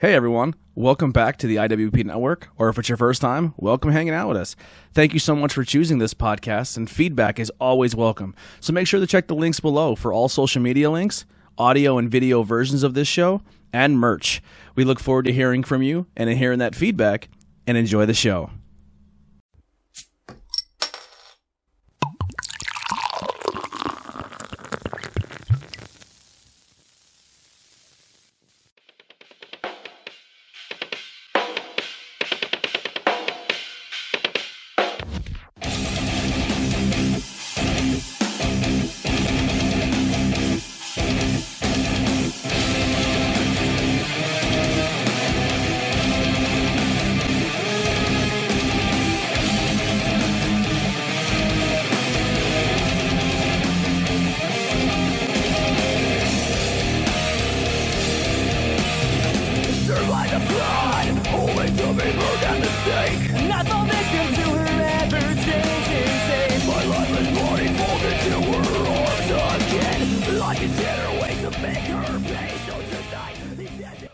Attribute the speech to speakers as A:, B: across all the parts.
A: Hey everyone, welcome back to the IWP Network, or if it's your first time, welcome hanging out with us. Thank you so much for choosing this podcast, and feedback is always welcome. So make sure to check the links below for all social media links, audio and video versions of this show, and merch. We look forward to hearing from you and hearing that feedback, and enjoy the show.
B: Serve like a fraud, only to be burned at the stake. Not the victim to her ever-changing fate. My lifeless body folded to her arms again. Like a dinner way to make her pay. So tonight, these dead-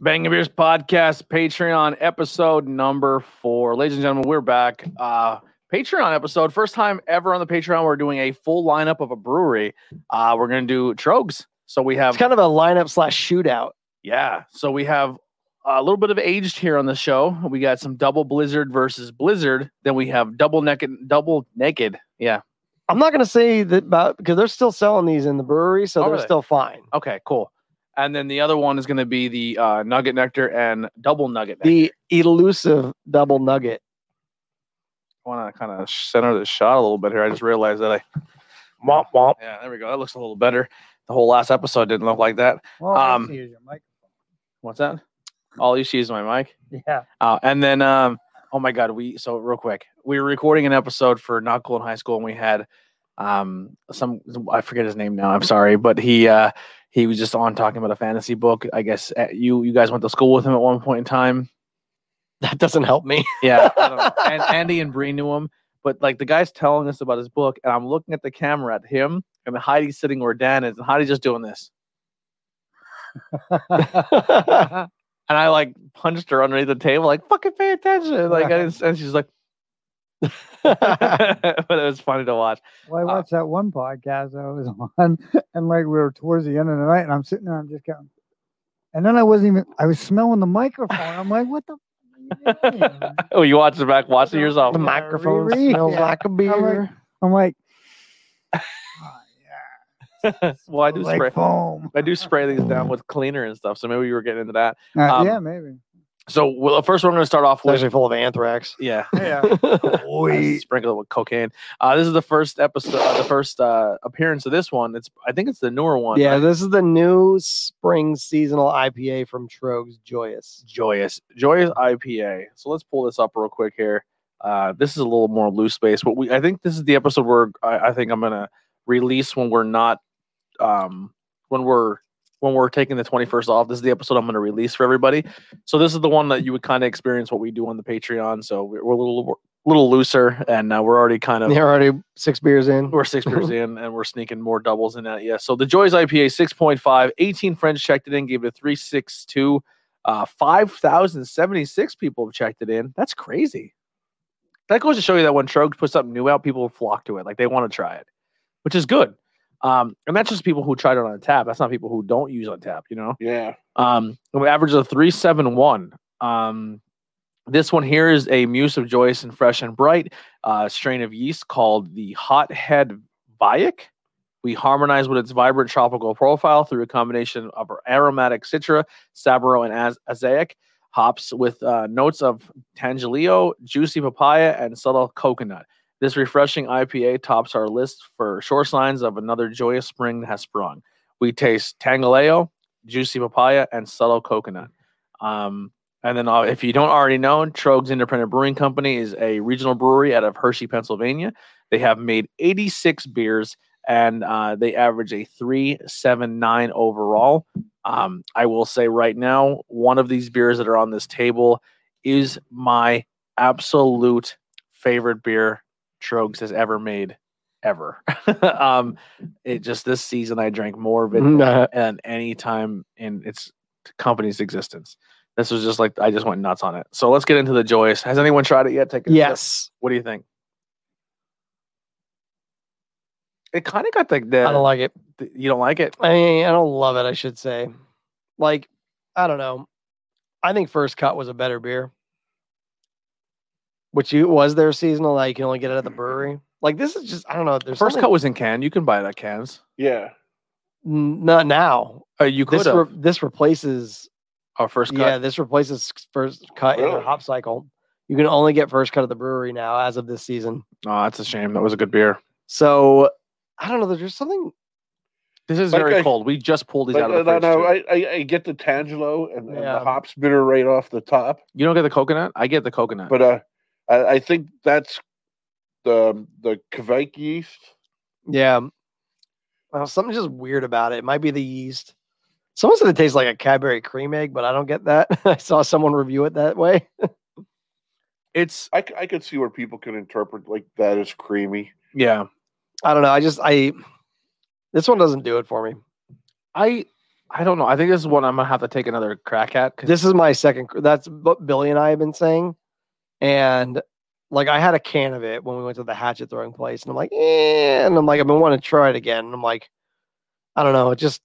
A: Bang Your Beers podcast, Patreon episode number four. Ladies and gentlemen, we're back. Uh, Patreon episode, first time ever on the Patreon. We're doing a full lineup of a brewery. Uh, we're going to do Trogs. So we have,
C: It's kind of a lineup slash shootout.
A: yeah, so we have a little bit of aged here on the show. We got some double blizzard versus blizzard. Then we have double naked, double naked. Yeah.
C: I'm not going to say that about because they're still selling these in the brewery, so
A: Oh,
C: they're
A: really?
C: still fine.
A: Okay, cool. And then the other one is going to be the uh, nugget nectar and double nugget. Nectar.
C: The elusive double nugget.
A: want to kind of center the shot a little bit here. I just realized that I.
C: Womp womp.
A: Yeah, there we go. That looks a little better. The whole last episode didn't look like that. Um, What's that? All you see is my mic.
C: Yeah.
A: Uh, and then, um, oh my God, we so real quick, we were recording an episode for Not Cool in High School, and we had um some I forget his name now. I'm sorry, but he uh he was just on talking about a fantasy book. I guess uh, you you guys went to school with him at one point in time.
C: That doesn't help me.
A: Yeah, I don't know. and Andy and Bree knew him, but like the guy's telling us about his book, and I'm looking at the camera at him, and Heidi's sitting where Dan is, and Heidi's just doing this, and I like punched her underneath the table, like fucking pay attention, like I didn't, and she's like, but it was funny to watch.
D: Well, I
A: Uh,
D: watched that one podcast I was on, and like we were towards the end of the night, and I'm sitting there, I'm just going, and then I wasn't even, I was smelling the microphone. I'm like, what the? fuck are you doing?"
A: Oh, you watch it back, watching yourself.
C: the microphone
D: Riri.
C: smells
D: Yeah.
C: like a beer.
D: I'm like, "Oh,
A: well, Oh, I do
D: like
A: spray.
D: foam.
A: I do spray these down with cleaner and stuff, so maybe you were getting into that.
D: Uh,
A: Um,
D: yeah, maybe.
A: So, well, the first one I'm going to start off
C: It's
A: with,
C: actually full of anthrax.
A: yeah,
D: Yeah.
A: I sprinkle it with cocaine. Uh, this is the first episode, uh, the first uh, appearance of this one. It's I think it's the newer one.
C: Yeah,
A: right?
C: this is the new spring seasonal IPA from Trogs Joyous.
A: joyous, joyous IPA. So let's pull this up real quick here. Uh, this is a little more loose space, but we I think this is the episode where I, I think I'm gonna release when we're not um, when we're when we're taking the 21st off. This is the episode I'm gonna release for everybody. So this is the one that you would kind of experience what we do on the Patreon. So we're, we're a little little looser, and uh, we're already kind of
C: They're already six beers in.
A: We're six beers in, and we're sneaking more doubles in that. Yeah. So the Joy's IPA 6.5, 18 friends checked it in, gave it a 362. Uh, 5,076 people have checked it in. That's crazy. That goes to show you that when Trogs puts something new out, people flock to it. Like they want to try it, which is good. Um, and that's just people who tried it on tap. That's not people who don't use on tap, you know?
C: Yeah.
A: Um, we average of 371. Um, this one here is a muse of joyous and fresh and bright uh, strain of yeast called the Hothead Vaic. We harmonize with its vibrant tropical profile through a combination of aromatic citra, sabro, and az- azaic hops with uh, notes of tangelillo, juicy papaya, and subtle coconut. This refreshing IPA tops our list for sure signs of another joyous spring has sprung. We taste tangaleo, juicy papaya, and subtle coconut. Um, and then, uh, if you don't already know, Trogs Independent Brewing Company is a regional brewery out of Hershey, Pennsylvania. They have made 86 beers and uh, they average a 379 overall. Um, I will say right now, one of these beers that are on this table is my absolute favorite beer Trogs has ever made, ever. um, it just this season, I drank more of it
C: Nah.
A: and any time in it's company's existence. This was just like I just went nuts on it. So let's get into the joyous. Has anyone tried it yet? Take a sip.
C: Yes.
A: What do you think? It kind of got like the,
C: I don't like it.
A: the- you don't like it.
C: I mean, I don't love it, I should say. Like, I don't know. I think First Cut was a better beer. Which you was their seasonal that you can only get it at the brewery. Like this is just I don't know. There's
A: First
C: something-
A: cut was in can. You can buy it at cans.
E: Yeah.
C: N- not now.
A: Uh, you could
C: This
A: have
C: re- this replaces
A: our first cut.
C: yeah this replaces first cut in their
E: Really?
C: hop cycle. You can only get first cut at the brewery now as of this season.
A: Oh, that's a shame. That was a good beer.
C: So I don't know. There's just something
A: This is
E: Like
A: very
E: I-
A: cold. We just pulled these
E: But,
A: out of the
E: uh,
A: fridge.
E: no,
A: too.
E: I, I, I get the Tangelo and, and
C: Yeah.
E: the hops bitter right off the top,
A: you don't get the coconut. I get the coconut.
E: but uh, I, I think that's the the Kvike yeast.
C: Yeah. Well, something just weird about it. It might be the yeast. Someone said it tastes like a Cadbury cream egg, but I don't get that. I saw someone review it that way.
A: it's
E: I, c- I could see where people could interpret like that as creamy.
A: yeah.
C: I don't know. I just I this one doesn't do it for me.
A: I I don't know. I think this is one I'm gonna have to take another crack at. 'cause
C: This is my second. cr- That's what Billy and I have been saying, and like I had a can of it when we went to the hatchet throwing place, and I'm like, eh, and I'm like, I've been wanting to try it again, and I'm like, I don't know. It just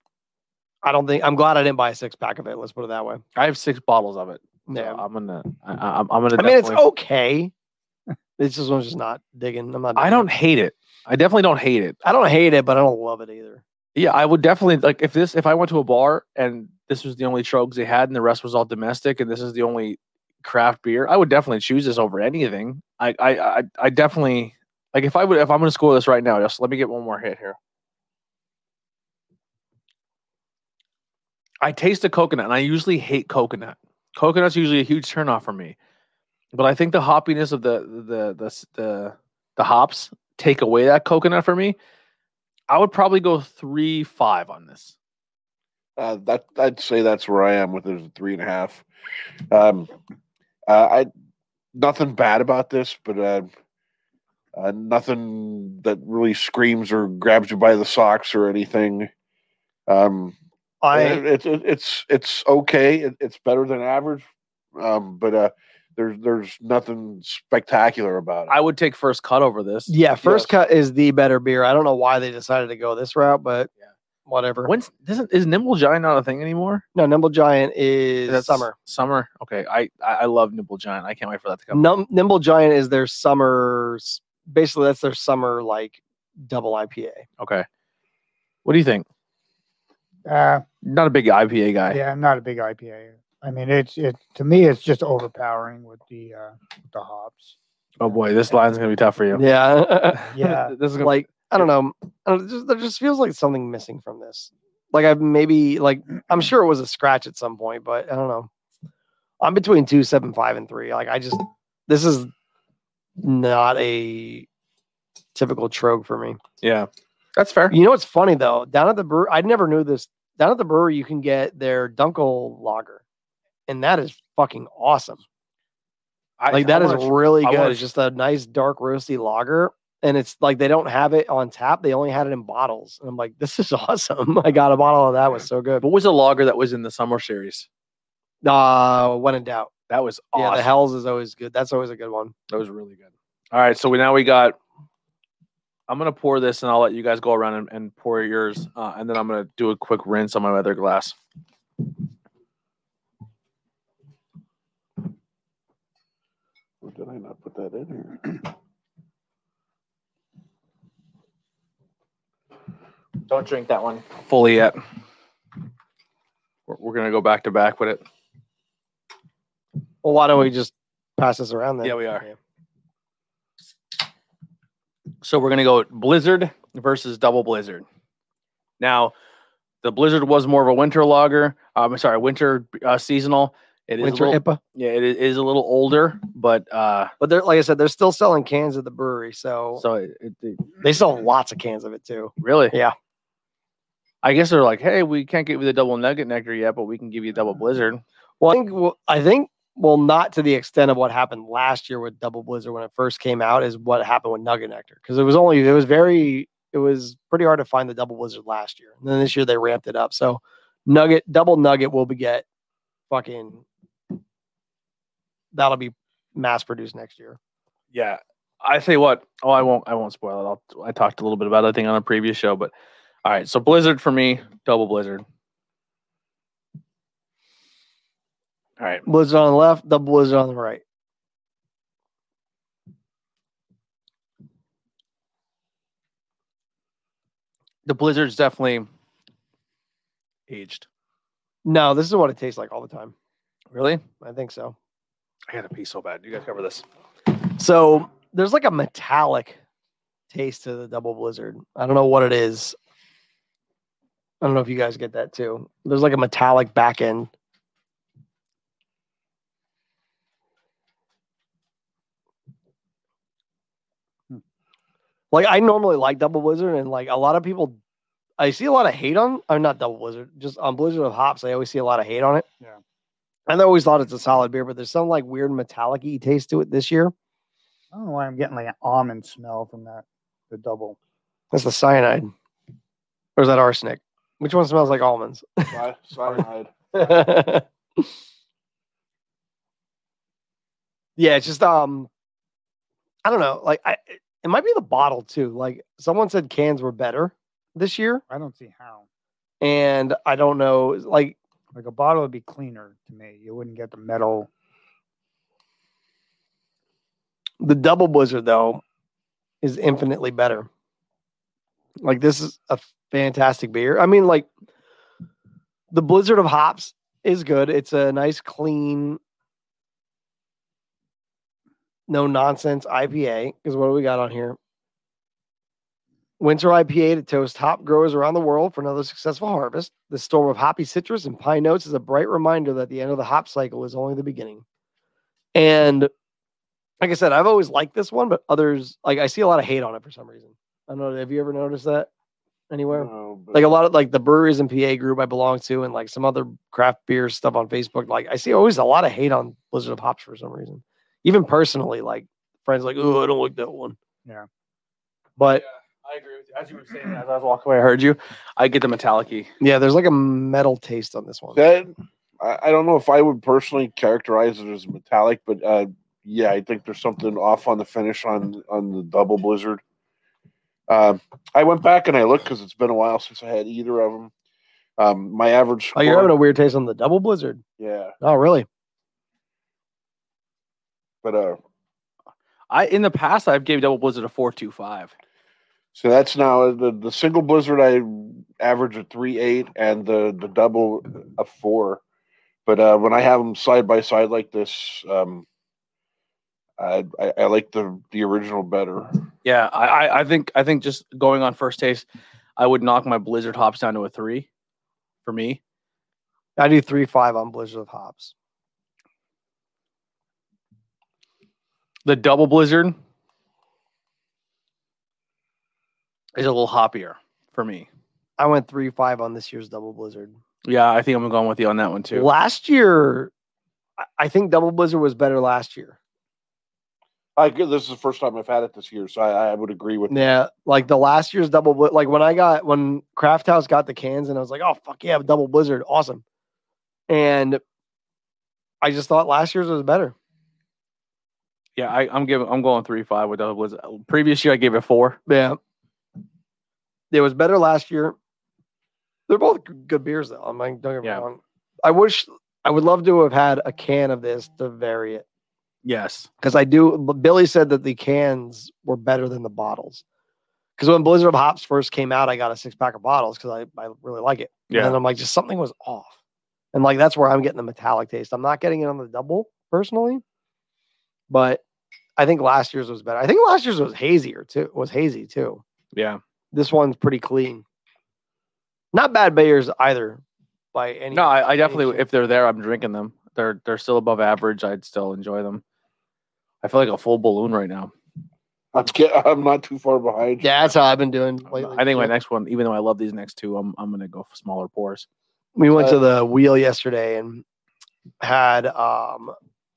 C: I don't think I'm glad I didn't buy a six pack of it. Let's put it that way.
A: I have six bottles of it. so
C: Yeah.
A: I'm gonna. I, I- I'm, I'm gonna.
C: I mean, it's
A: definitely-
C: okay. It's just I'm just not digging. I'm not.
A: I
C: digging
A: don't
C: it.
A: hate it. I definitely don't hate it.
C: I don't hate it, but I don't love it either.
A: Yeah, I would definitely like if this if I went to a bar and this was the only trogs they had and the rest was all domestic and this is the only craft beer, I would definitely choose this over anything. I I I, I definitely like if I would if I'm gonna score this right now, just let me get one more hit here. I taste the coconut and I usually hate coconut. Coconut's usually a huge turnoff for me. But I think the hoppiness of the the the s- the, the hops take away that coconut for me. I would probably go three five on this.
E: Uh, that I'd say that's where I am with it, is a three and a half. Um, uh, I nothing bad about this, but uh, uh, nothing that really screams or grabs you by the socks or anything. Um,
C: I
E: it's it, it's it's okay. It, it's better than average, um, but uh, there's there's nothing spectacular about it.
A: I would take first cut over this.
C: yeah, first
E: Yes.
C: cut is the better beer. I don't know why they decided to go this route, but
A: Yeah.
C: whatever.
A: When's isn't is Nimble Giant not a thing anymore?
C: no, Nimble Giant is
A: That's
C: summer.
A: Summer. Okay. I I I love Nimble Giant. I can't wait for that to come.
C: Num- Nimble Giant is their summer. s- Basically, that's their summer like double IPA.
A: Okay. What do you think?
D: Uh,
A: Not a big IPA guy.
D: yeah, I'm not a big IPA. I mean, it's it to me, it's just overpowering with the uh, with the hops.
A: Oh boy, this line's gonna be tough for you.
C: Yeah,
D: Yeah,
A: this is gonna
C: like I don't know. I don't, just, there just feels like something missing from this. Like I maybe like I'm sure it was a scratch at some point, but I don't know. I'm between two seven five and three. Like I just this is not a typical trogue for me.
A: yeah. That's fair.
C: You know what's funny though? Down at the brewery, I never knew this. Down at the brewery, you can get their Dunkel Lager, and that is fucking awesome.
A: I,
C: Like that is
A: wanna-
C: really
A: I
C: good.
A: wanna
C: It's just a nice dark roasty lager, and it's like they don't have it on tap. They only had it in bottles, and I'm like, this is awesome. I got a bottle of that. It Was so good.
A: what was a lager that was in the summer series?
C: Uh when in doubt,
A: That was
C: yeah,
A: awesome.
C: the Hell's is always good. That's always a good one.
A: that was really good. All right, so we now we got I'm gonna pour this and I'll let you guys go around and, and pour yours. Uh, and then I'm gonna do a quick rinse on my other glass.
E: Did I not put that in here?
A: Don't drink that one fully yet. We're, we're gonna go back to back with it.
C: Well, why don't we just pass this around then?
A: Yeah, we are. So we're gonna go Blizzard versus Double Blizzard. Now, the Blizzard was more of a winter lager. Um, I'm sorry, winter uh, seasonal. It is a
C: Winter
A: little,
C: IPA,
A: yeah, it is, it is a little older, but uh,
C: but they're like I said, they're still selling cans at the brewery, so,
A: so it, it, it-
C: they sell lots of cans of it too.
A: really,
C: Yeah.
A: I guess they're like, hey, we can't give you the double nugget nectar yet, but we can give you double blizzard.
C: Well, I think well, I think well, not to the extent of what happened last year with Double Blizzard when it first came out is what happened with Nugget Nectar because it was only it was very it was pretty hard to find the Double Blizzard last year. And then this year they ramped it up. So Nugget Double Nugget will be get fucking that'll be mass produced next year.
A: yeah i say what oh i won't i won't spoil it I'll, i talked a little bit about it, i think on a previous show but all right so blizzard for me double blizzard all right
C: Blizzard on the left, double blizzard on the right.
A: the blizzard's definitely aged
C: No, this is what it tastes like all the time.
A: really
C: I think so.
A: i gotta pee so bad you guys cover this
C: So there's like a metallic taste to the double blizzard. I don't know what it is. I don't know if you guys get that too. There's like a metallic back end.
D: Hmm.
C: Like I normally like double blizzard, and like a lot of people, I see a lot of hate on. Or not double blizzard, just on blizzard of hops. I always see a lot of hate on it.
D: Yeah.
C: and I always thought it's a solid beer, but there's some like weird metallic y taste to it this year.
D: I don't know why I'm getting like an almond smell from that. The double.
C: That's the cyanide. Or is that arsenic? Which one smells like almonds?
E: Cy- Cyanide.
C: yeah, it's just um I don't know. Like I it might be the bottle too. Like someone said cans were better this year.
D: I don't see how.
C: And I don't know, like
D: Like a bottle would be cleaner to me. You wouldn't get the metal.
C: the double blizzard though is infinitely better. Like this is a fantastic beer. I mean, like the blizzard of hops is good. It's a nice, clean, no nonsense IPA. Because what do we got on here? Winter IPA to toast hop growers around the world for another successful harvest. The storm of hoppy citrus and pine notes is a bright reminder that the end of the hop cycle is only the beginning. And like I said, I've always liked this one, but others like I see a lot of hate on it for some reason. I don't know. Have you ever noticed that anywhere?
E: No, but-
C: like a lot of like the breweries and PA group I belong to, and like some other craft beer stuff on Facebook. Like I see always a lot of hate on Blizzard of Hops for some reason. Even personally, like friends, like oh I don't like that one.
D: Yeah.
C: but
A: i agree with you as you were saying that as i was walking away i heard you i get the metallic
C: yeah, there's like a metal taste on this one.
E: That I, I don't know if I would personally characterize it as metallic, but uh, yeah, I think there's something off on the finish on on the double blizzard. Um, I went back and I looked because it's been a while since I had either of them. Um, my average
C: Oh,
E: score,
C: you're having a weird taste on the double Blizzard.
E: yeah,
C: Oh, really?
E: but uh,
A: i in the past i've gave double blizzard a 425
E: so that's now uh, the, the single blizzard I average a three eight and the the double a four. But uh, when I have them side by side like this, um, I, I I like the the original better.
A: Yeah, I, I, I think I think just going on first taste, I would knock my Blizzard hops down to a three, for me.
C: I do three five on Blizzard of Hops.
A: The double Blizzard is a little hoppier for me.
C: I went three five on this year's double Blizzard.
A: Yeah, I think I'm going with you on that one too.
C: Last year, I- I think double Blizzard was better last year.
E: I g- this is the first time I've had it this year, so I, I would agree with
C: Yeah, like the last year's double bli- like when I got when Craft House got the cans and I was like, oh fuck yeah, double blizzard, awesome. And I just thought last year's was better.
A: Yeah, I, I'm giving I'm going three five with double Blizzard. Previous year I gave it four.
C: Yeah. It was better last year. They're both g- good beers though. I'm like, don't get me
A: Yeah.
C: wrong. I wish I would love to have had a can of this to vary it.
A: Yes.
C: Because I do B- Billy said that the cans were better than the bottles. Because when Blizzard of Hops first came out, I got a six pack of bottles because I, I really like it. And
A: Yeah.
C: then I'm like, just something was off. And like that's where I'm getting the metallic taste. I'm not getting it on the double personally, but I think last year's was better. I think last year's was hazier too. Was hazy too.
A: Yeah.
C: This one's pretty clean. Not bad beers either by any
A: No, I, I definitely
C: shape.
A: if they're there, I'm drinking them. They're they're still above average. I'd still enjoy them. I feel like a full balloon right now.
E: I'm, ki- I'm not too far behind. you.
C: Yeah, that's how I've been doing lately.
A: I think my
C: too.
A: next one, even though I love these next two, I'm I'm gonna go for smaller pours.
C: we went
E: Uh,
C: to the wheel yesterday and had um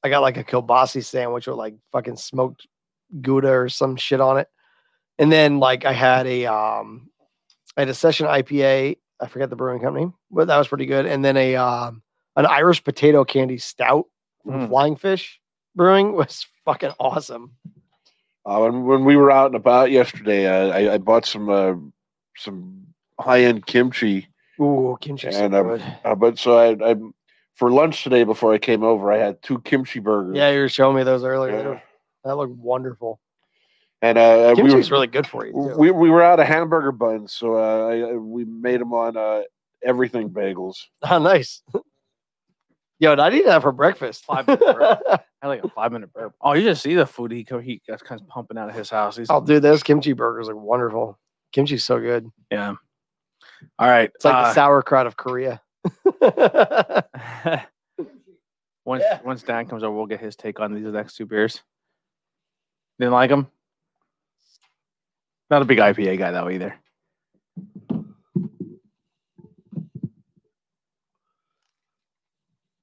C: I got like a kielbasi sandwich with like fucking smoked gouda or some shit on it. And then like I had a um I had a session IPA, I forget the brewing company, but that was pretty good. And then a um an Irish potato candy stout from
A: Mm.
C: Flying Fish Brewing was fucking awesome.
E: Uh, when, when we were out and about yesterday, uh, I, I bought some uh, some high end kimchi,
C: Ooh, kimchi. so
E: and um,
C: good.
E: uh, but so I, I for lunch today before I came over, I had two kimchi burgers.
C: Yeah, you were showing me those earlier. They
E: Yeah.
C: were- That looked wonderful.
E: and uh, we were,
C: Kimchi's really good for you. Too.
E: we we were out of hamburger buns, so uh, I, I- we made them on uh, everything bagels.
C: oh, nice. Yo, and I need that for breakfast.
A: Five minute burp. I had like a five minute burp. Oh, you just see the food he co- he that's kind of pumping out of his house. He's,
C: oh, dude, those kimchi burgers are wonderful. Kimchi's so good.
A: yeah. All right.
C: It's like the
A: uh,
C: sauerkraut of Korea.
A: once
C: Yeah.
A: once Dan comes over, we'll get his take on these next two beers. Didn't like them. Not a big IPA guy though either.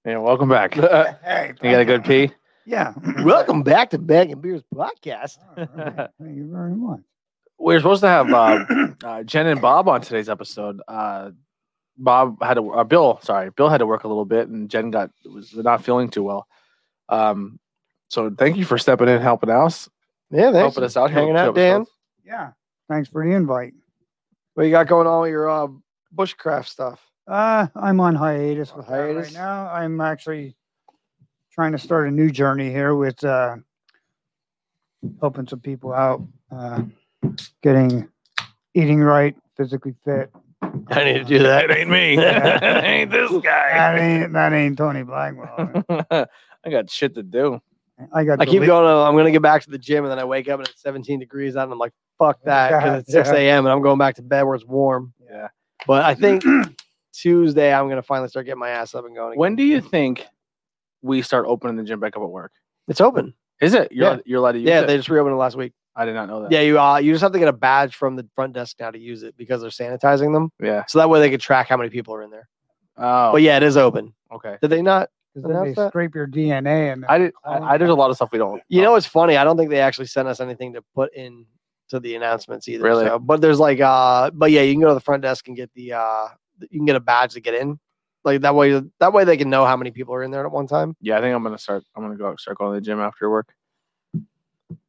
A: Yeah, welcome back. You
D: Hey,
A: got a good pee?
D: Yeah.
C: Welcome back to Bag and Beers podcast.
D: All right, Thank you very much.
A: We are supposed to have uh, uh, Jen and Bob on today's episode. Uh, Bob had to, uh, Bill, sorry, Bill had to work a little bit, and Jen got was not feeling too well. Um, so thank you for stepping in, helping us,
C: Yeah, thanks.
A: helping us out, here
C: Hanging
A: with two
C: out, Dan.
A: episodes.
D: Yeah. Thanks for the invite.
C: What you got going on with your uh, bushcraft stuff?
D: Uh, I'm on hiatus with that
C: Hiatus?
D: right now. I'm actually trying to start a new journey here with uh, helping some people out, uh, getting eating right, physically fit.
C: I need to do that. Ain't me.
A: Ain't this
D: That ain't that ain't Tony Blackwell.
A: guy? I got shit to do.
D: I got.
C: I keep
D: deli-
C: going. uh, I'm going to get back to the gym, and then I wake up and it's 17 degrees out, and I'm like, "Fuck that!" Because it's 6
D: Yeah.
C: a.m. and I'm going back to bed where it's warm.
A: Yeah.
C: But I think Tuesday I'm going to finally start getting my ass up and going. Again.
A: When do you think we start opening the gym back up at work?
C: it's open?
A: Is it you're
C: Yeah.
A: allowed- you're allowed to use
C: Yeah,
A: it?
C: they just reopened it last week.
A: I did not know that.
C: Yeah, you uh, you just have to get a badge from the front desk now to use it because they're sanitizing them,
A: yeah.
C: so that way they can track how many people are in there.
A: Oh,
C: But yeah, it is open.
A: okay.
C: Did they not?
D: 'cause then they
C: announce that?
D: scrape your DNA and
A: I did. I, I did a lot of stuff we don't.
C: You know, it's funny. I don't think they actually sent us anything to put in to the announcements either.
A: Really?
C: so- but there's like, uh, but yeah, you can go to the front desk and get the, uh, you can get a badge to get in. Like that way, that way they can know how many people are in there at one time.
A: Yeah, I think I'm gonna start. I'm gonna go start going to the gym after work.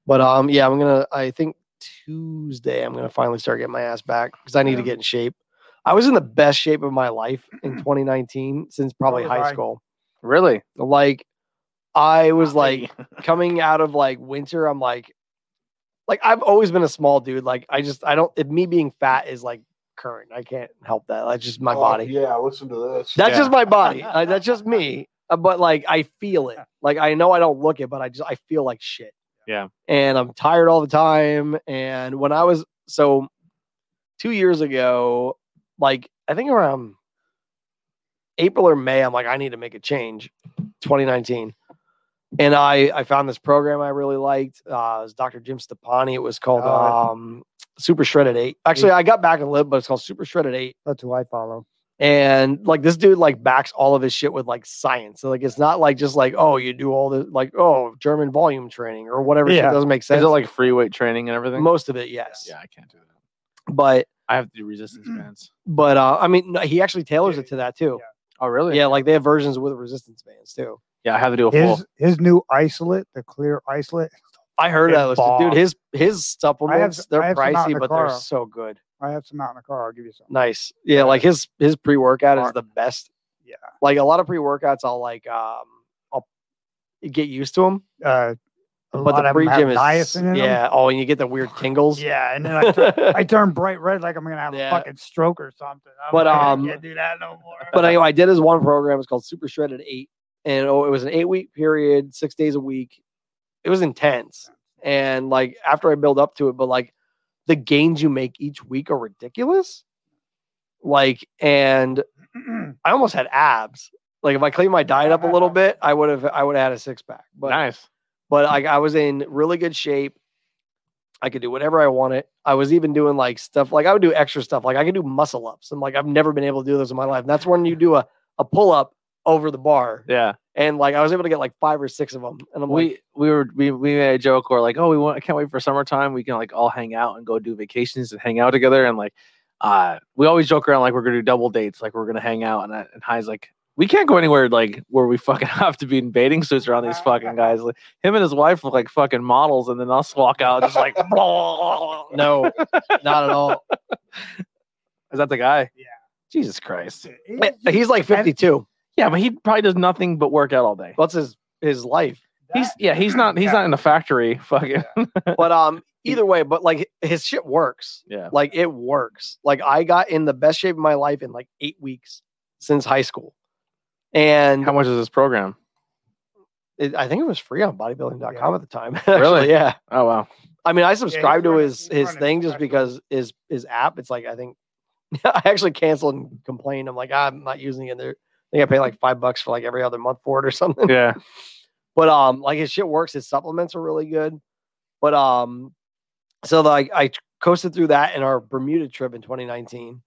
C: But um, yeah, I'm gonna. I think Tuesday I'm gonna finally start getting my ass back because I need to get in shape. I was in the best shape of my life in 2019 since probably
D: was
C: high
D: I.
C: school.
A: Really?
C: Like, I was like coming out of like winter, I'm like, like I've always been a small dude. Like I just I don't. If me being fat is like current. I can't help that. That's just my
E: Oh,
C: body.
E: Yeah, listen to this.
C: That's
A: Yeah.
C: just my body. I, that's just me. Uh, But like I feel it. Like I know I don't look it, but I just I feel like shit.
A: Yeah.
C: And I'm tired all the time. And when I was so two years ago, like I think around April or May, I'm like, I need to make a change. 2019. And I I found this program I really liked. Uh it was Dr. Jim Stepani. It was called
D: Oh, I-
C: um Super Shredded Eight. Actually, I got back and lived, but it's called Super Shredded Eight
D: That's who I follow.
C: and like this dude like backs all of his shit with like science so like it's not like just like oh you do all the like oh german volume training or whatever shit
D: Yeah.
C: doesn't make
A: Is
C: sense
A: it like free weight training and everything?
C: most of it yes
A: Yeah, I can't do that.
C: but
A: I have to do resistance bands.
C: but uh i mean no, he actually tailors it to that too
A: Oh,
C: yeah,
A: really?
C: like they have versions with resistance bands too
A: Yeah, I have to do a full.
D: His his new isolate, the clear isolate.
C: i heard
D: Yeah,
C: that was dude
D: bomb.
C: his his supplements
D: s-
C: they're
D: I have some out in
C: pricey
D: the
C: but
D: car.
C: they're so good
D: I have some out in the car. I'll give you some.
C: nice yeah like his his pre-workout is
D: Smart.
C: the best
D: Yeah.
C: like a lot of pre-workouts i'll like um i'll get used to them
D: Uh, a
C: but
D: lot
C: the
D: of them
C: pre-gym
D: have
C: is
D: niacin in them.
C: yeah oh and you get the weird tingles
D: Yeah, and then I took I turn bright red like I'm gonna have
C: Yeah.
D: a fucking stroke or something. I'm
C: But,
D: like, I
C: um,
D: can't do that no more.
A: uh,
C: but I, I did his one program. It's called Super Shredded Eight, and oh, it was an eight week period, six days a week. It was intense, and like after I build up to it, but like the gains you make each week are ridiculous. Like, and I almost had abs. Like if I cleaned my diet up a little bit, I would have I would have had a six pack. But
A: nice.
C: but like I was in really good shape. I could do whatever I wanted. I was even doing like stuff like I would do extra stuff. Like I could do muscle ups. And like I've never been able to do those in my life. And that's when you do a, a pull up over the bar.
A: Yeah,
C: And like I was able to get like five or six of them. And I'm like,
A: we we were we, we made a joke or like, oh, we want. I can't wait for summertime. We can like all hang out and go do vacations and hang out together and like. Uh, we always joke around like we're gonna do double dates, like we're gonna hang out, and, I, and High's like, we can't go anywhere like where we fucking have to be in bathing suits around these fucking guys. Like him and his wife look like fucking models, and then us walk out just like, is
C: No, not at all.
A: that the guy?
D: Yeah.
A: Jesus Christ.
C: Wait, He's like 52.
A: Yeah, but he probably does nothing but work out all day.
C: What's his his life?
A: He's yeah, he's not he's not in a factory. Fucking
C: But um, either way, but like his shit works.
A: yeah.
C: Like it works. Like I got in the best shape of my life in like eight weeks since high school, and
A: How much is this program?
C: it, I think it was free on bodybuilding.com
D: Yeah.
C: at the time.
A: Really?
C: yeah.
A: Oh wow.
C: I mean, I subscribe to
D: running-
C: his
D: he's
C: his
D: running
C: thing just
D: specials.
C: because his his app. It's like I think I actually canceled and complained. I'm like, "Ah, I'm not using it. There, I think I pay like five bucks for like every other month for it or something.
A: Yeah.
C: But um, like his shit works. His supplements are really good. But um, so like I coasted through that in our Bermuda trip in 2019,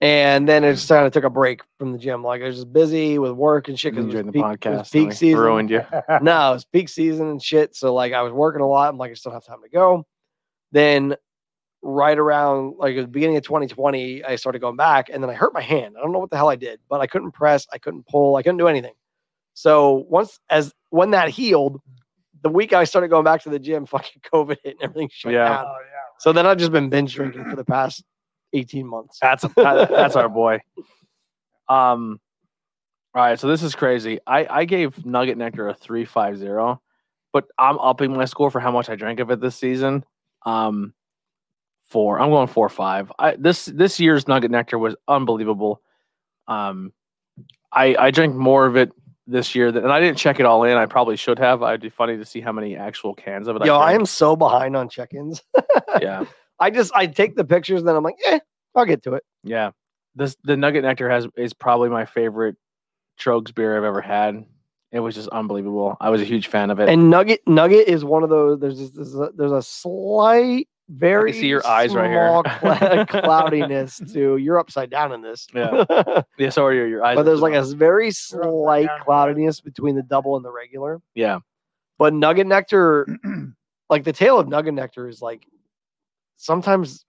C: and then it just kind of took a break from the gym. Like I was just busy with work and shit because
A: Enjoyed the
C: peak, it was
A: podcast.
C: peak
A: and we
C: season
A: Ruined you.
C: no, it's peak season and shit. So like I was working a lot. I'm like, I still have time to go. Then right around like at the beginning of 2020, I started going back and then I hurt my hand. I don't know what the hell I did, but I couldn't press, I couldn't pull, I couldn't do anything. So once as when that healed, the week I started going back to the gym, fucking COVID hit and everything shut
A: Yeah.
D: Oh,
C: down. So then I've just been binge drinking for the past 18 months.
A: That's that- that's our boy. Um, all right. So this is crazy. I I gave Nugget Nectar a three five zero, but I'm upping my score for how much I drank of it this season. Um, four. I'm going four five. I this this year's Nugget Nectar was unbelievable. Um, I I drank more of it this year than, and I didn't check it all in. I probably should have. I'd be funny to see how many actual cans of it.
C: Yo, I
A: I
C: am so behind on check-ins.
A: am. Yeah.
C: I just I take the pictures and then I'm like, eh, I'll get to it.
A: Yeah. This the Nugget Nectar has is probably my favorite Trogs beer I've ever had. It was just unbelievable. I was a huge fan of it.
C: And Nugget Nugget is one of those. There's just, there's, a, there's a slight, very
A: see your eyes right here.
C: small cla- cloudiness to you're upside down in this.
A: yeah.
C: but
A: Yeah, sorry, your, your eyes. are
C: there's like a
A: just-
C: very
D: You're upside
C: slight
D: down.
C: cloudiness between the double and the regular.
A: yeah.
C: But Nugget Nectar, like the tail of Nugget Nectar, is like sometimes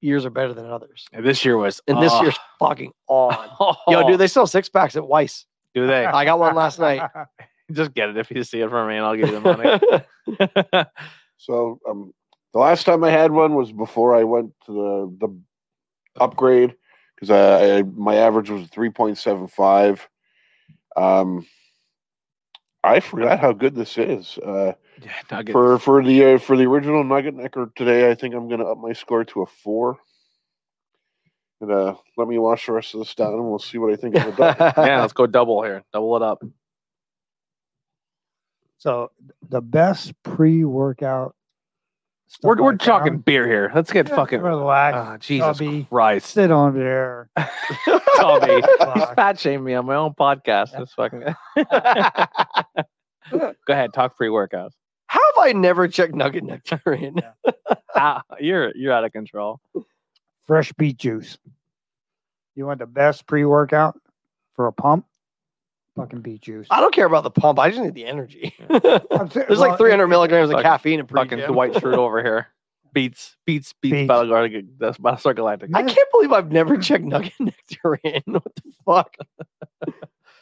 C: years are better than others.
A: And this year was
C: And this
A: oh.
C: year's fucking on. Yo, do they sell six packs at Weiss?
A: do they?
C: I got one last night.
A: just get it if you see it from me and I'll give you the money.
E: So um, the last time I had one was before I went to the the upgrade because I, I my average was three point seven five. Um, I forgot how good this is. Uh,
A: yeah, Nugget.
E: for for the uh, for the original Nugget Necker today, I think I'm going to up my score to a four. And uh, let me wash the rest of this down, and we'll see what I think of it. done.
A: yeah, let's go double here. Double it up.
D: So the best pre-workout. stuff
A: We're, we're
D: I
A: talking
D: found-
A: beer here. Let's get
D: Just
A: fucking
D: relax.
A: Ah, Jesus
D: Tubby.
A: Christ.
D: Sit on there.
A: Tommy. He's
D: Fuck.
A: fat shaming me on my own podcast. That's fucking. Go ahead, talk pre workouts.
C: How have I never checked Nugget Nectar in?
A: Ah, you're you're out of control.
D: Fresh beet juice. You want the best pre-workout for a pump? Fucking beet juice.
C: I don't care about the pump. I just need the energy.
D: I'm ser-
C: Ah, There's
D: well,
C: like 300 milligrams of
A: fucking-
C: caffeine in
A: Fucking
C: pre-gym.
A: Dwight Schrute over here. Beats, beats, beats,
D: Beats.
A: Battle Galactic. That's Battlestar Galactic.
C: I can't believe I've never checked Nugget Nectar in. What the fuck?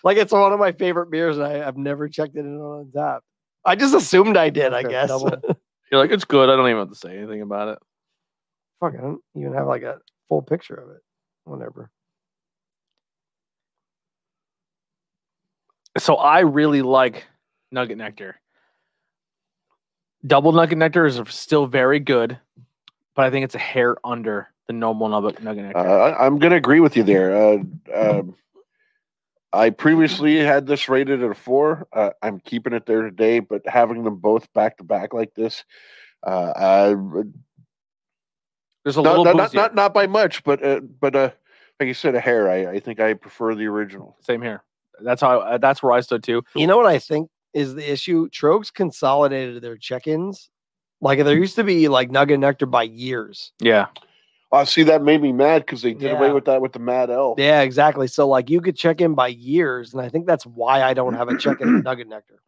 C: like it's one of my favorite beers, and I, I've never checked it in on tap. I just assumed I did. I
D: That's a
C: guess.
D: double.
A: You're like, it's good. I don't even have to say anything about it.
C: Fuck, I don't even have like a full picture of it. Whatever.
A: So I really like Nugget Nectar. Double Nugget Nectar is still very good, but I think it's a hair under the normal Nugget Nugget
E: Uh,
A: Nectar.
E: I, I'm going to agree with you there. Uh, um, I previously had this rated at a four. Uh, I'm keeping it there today, but having them both back to back like this, uh, I, not,
A: There's a little
E: not,
A: boozier.
E: not, not not by much, but uh, but uh, like you said, a hair. I, I think I prefer the original.
A: Same here. That's how. uh, that's where I stood too.
C: You know what I think is the issue? Trogs consolidated their check-ins. Like there used to be like Nugget Nectar by years.
A: Yeah.
E: Oh, see, that made me mad because they did away
C: Yeah.
E: with that with the Mad L.
C: Yeah, exactly. So like you could check in by years, and I think that's why I don't have a check in at Nugget Nectar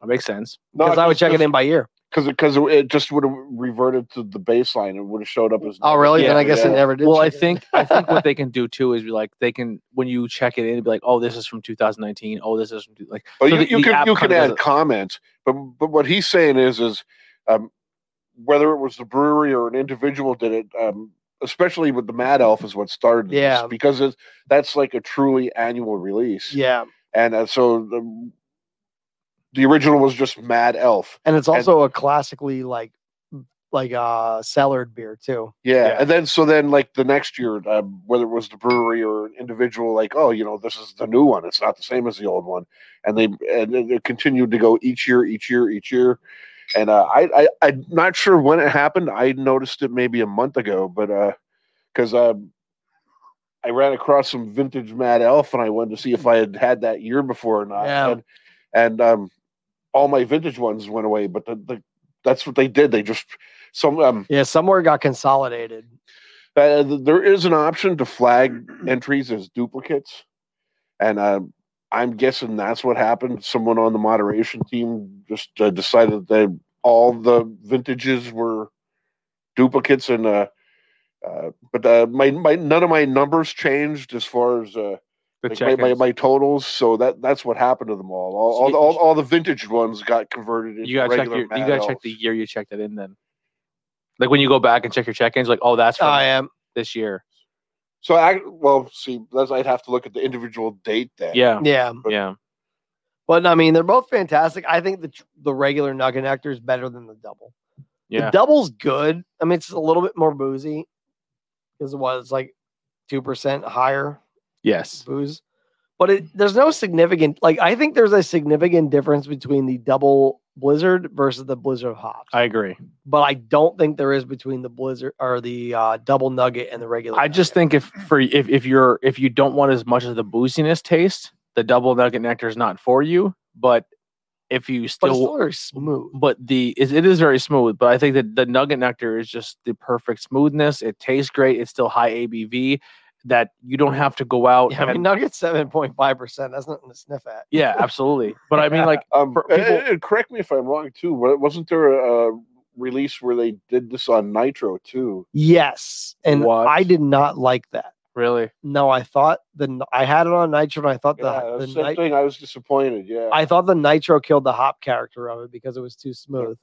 A: That makes sense.
E: No,
C: because I would
E: just-
C: check it
E: just-
C: in by year.
E: because because it, it just would have reverted to the baseline. It would have showed up as
C: Oh, really?
A: Yeah,
C: then I guess
E: yeah.
C: it never did.
A: Well, I
C: check it.
A: think I think what they can do too is be like they can when you check it in, it'd be like, oh, this is from 2019. Oh, this is from two-" like.
E: But
A: so
E: you,
A: the-
E: you
A: the
E: can
A: app
E: you can
A: kinda does
E: add
A: it.
E: comments, but but what he's saying is is um, whether it was the brewery or an individual did it, um, especially with the Mad Elf is what started. this,
C: Yeah.
E: because it's, that's like a truly annual release.
C: Yeah,
E: and uh, so the, the original was just Mad Elf.
C: and it's also a classically like like uh cellared beer too.
E: Yeah.
A: Yeah.
E: and then so then like the next year, um, whether it was the brewery or an individual, like oh, you know, this is the new one. It's not the same as the old one, and they and it it continued to go each year, each year, each year. And uh, I, I I'm not sure when it happened. I noticed it maybe a month ago, but uh, because um, I ran across some vintage Mad Elf, and I wanted to see if I had had that year before or not.
C: Yeah.
E: And, and um, all my vintage ones went away, but the, the that's what they did. They just some um
C: Yeah, somewhere it got consolidated.
E: uh, th- there is an option to flag entries as duplicates, and uh, I'm guessing that's what happened. Someone on the moderation team just uh, decided that all the vintages were duplicates, and uh, uh, but uh, my my none of my numbers changed as far as uh,
A: The
E: like, my, my,
A: check-ins.
E: my totals. So that that's what happened to them all. All all,
A: So you-
E: all, all the vintage ones got converted. Into
A: you gotta check your,
E: regular
A: you
E: Mad
A: gotta check the
E: Elves.
A: year you checked it in then. Like when you go back and check your check-ins, like oh, that's from
C: I am.
A: this year.
E: So I well see that's I'd have to look at the individual date then.
A: Yeah,
C: Yeah,
A: yeah.
C: but I mean they're both fantastic. I think the tr- the regular Nugget Nectar is better than the double.
A: Yeah.
C: The double's good. I mean, it's a little bit more boozy because what it's like two percent higher
A: Yes.
C: booze, but it there's no significant like I think there's a significant difference between the double blizzard versus the blizzard of hops.
A: I agree.
C: but I don't think there is between the blizzard or the uh, double nugget and the regular.
A: I just
C: nugget.
A: think if for if, if you're if you don't want as much of the booziness taste, the double nugget nectar is not for you. But if you
C: but it's
A: still
C: still very smooth.
A: but the is it is very smooth. But I think that the nugget nectar is just the perfect smoothness. It tastes great. It's still high ABV. That you don't have to go
C: Mm.
A: out.
C: Yeah, I mean,
A: and-
C: nugget's seven point five percent. That's nothing to sniff at.
A: yeah, absolutely. But I mean, like
E: Um,
A: For
E: uh,
A: people-
E: uh, correct me if I'm wrong too. wa- Wasn't there a, a release where they did this on Nitro too?
C: Yes, and
A: What?
C: I did not like that.
A: really,
C: No, I thought the n- I had it on nitro, and I thought the,
E: Yeah,
C: the
E: same
C: nit-
E: thing. I was disappointed. Yeah,
C: I thought the nitro killed the hop character of it because it was too smooth.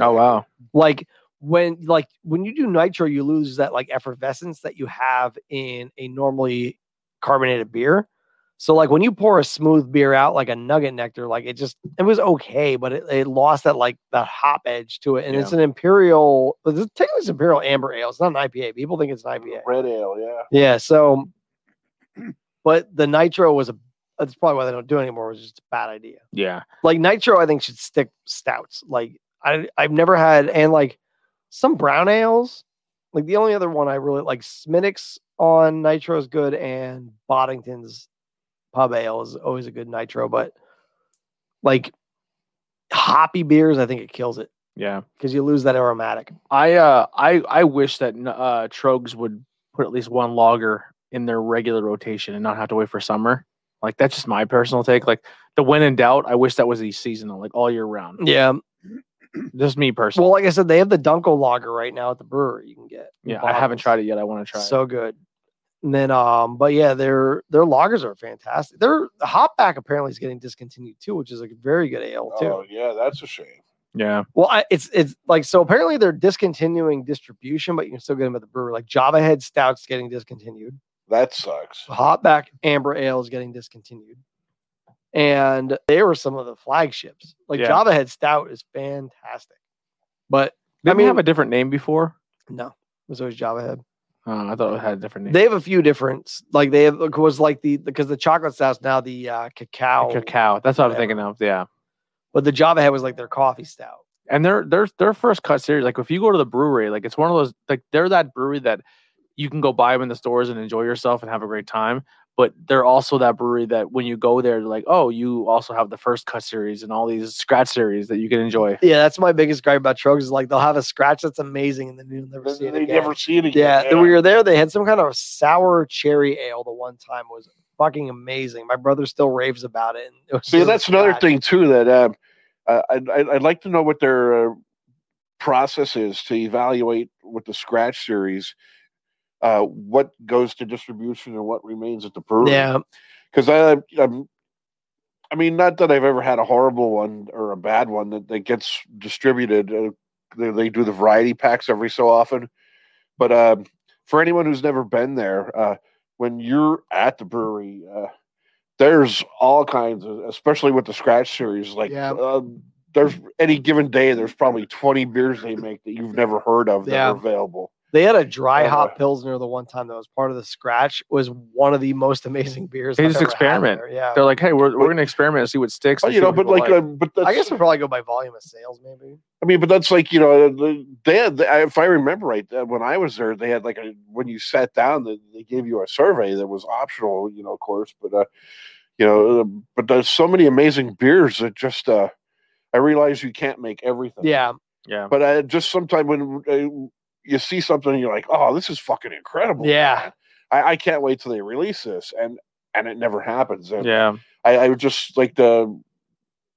A: oh wow,
C: Like when like when you do nitro, you lose that like effervescence that you have in a normally carbonated beer. So like when you pour a smooth beer out like a nugget nectar, like it just it was okay, but it, it lost that like that hop edge to it. And it's an imperial. but This technically it's imperial amber ale. It's not an IPA. People think it's an IPA.
E: red ale. Yeah,
C: Yeah. So, but the nitro was a. That's probably why they don't do it anymore. It was just a bad idea.
A: yeah,
C: Like nitro, I think should stick stouts. Like I, I've never had, and like some brown ales. Like the only other one I really like, Smittix on nitro is good, and Boddington's pub ale is always a good nitro. But like hoppy beers, I think it kills it
A: yeah.
C: because you lose that aromatic.
A: I uh I I wish that n- uh Trogs would put at least one logger in their regular rotation and not have to wait for summer. Like that's just my personal take. Like the when in doubt, I wish that was a seasonal, like all year round.
C: Yeah.
A: Just me personally.
C: Well, like I said, they have the Dunkel lager right now at the brewery. You can get. in
A: yeah, I haven't
C: bottles.
A: tried it yet. I want to try it.
C: so good. And then um, but yeah, their their loggers are fantastic. Their hopback apparently is getting discontinued too, which is a very good ale too.
E: oh yeah, that's a shame.
A: Yeah,
C: Well, I, it's it's like so apparently they're discontinuing distribution, but you can still get them at the brewery. Like Java Head Stout's getting discontinued.
E: That sucks.
C: Hopback Amber Ale is getting discontinued. And they were some of the flagships. Like
A: Yeah.
C: Java Head Stout is fantastic. But
A: did I mean, have
C: mean-
A: a different name before.
C: no, it was always Java Head.
A: Uh, I thought it had a different name.
C: They have a few different, like they have was like the because the chocolate stout's now the uh, cacao,
A: Like cacao. That's what I'm
C: whatever.
A: thinking of. Yeah.
C: but the Java Head was like their coffee stout.
A: And their their their first cut series, like if you go to the brewery, like it's one of those like they're that brewery that you can go buy them in the stores and enjoy yourself and have a great time. But they're also that brewery that when you go there, they're like, oh, you also have the first cut series and all these scratch series that you can enjoy.
C: Yeah, that's my biggest gripe about Trogs is like they'll have a scratch that's amazing and then you'll never see
E: They,
C: it
E: they
C: again.
E: never see it again.
C: yeah, then we were there. They had some kind of sour cherry ale. The one time was fucking amazing. My brother still raves about it. And it was
E: See,
C: just
E: that's another
C: bad.
E: thing too. That um, uh, I'd, I'd I'd like to know what their uh, process is to evaluate with the scratch series uh, what goes to distribution and what remains at the brewery.
C: Yeah.
E: because I, I'm, I mean, not that I've ever had a horrible one or a bad one that, that gets distributed. Uh, they, they do the variety packs every so often, but um, for anyone who's never been there, uh, when you're at the brewery, uh, there's all kinds, of, especially with the scratch series. Like,
C: Yeah.
E: um, there's any given day, there's probably 20 beers they make that you've never heard of that
C: Yeah.
E: are available.
C: They had a dry
E: Oh,
C: hop
E: boy.
C: pilsner the one time that was part of the scratch was one of the most amazing beers.
A: They
C: I've
A: just
C: ever had
A: experiment.
C: there, Yeah.
A: They're like, hey, we're, we're gonna experiment and see what sticks.
E: Oh,
A: and
E: you
A: see
E: know,
A: what
E: but
A: people
E: like, uh, but that's,
C: I guess it'd probably go by volume of sales, maybe.
E: I mean, but that's like you know, the- they had. I- If I remember right, uh, when I was there, they had like a when you sat down, they, they gave you a survey that was optional, you know, of course. But uh, you know, uh, but there's so many amazing beers that just uh, I realize you can't make everything.
C: Yeah.
A: yeah,
E: But uh, just sometimes when uh, you see something, you're like, oh, this is fucking incredible.
C: Yeah.
E: man. I, I can't wait till they release this, and and it never happens. And
A: yeah.
E: I, I would just like to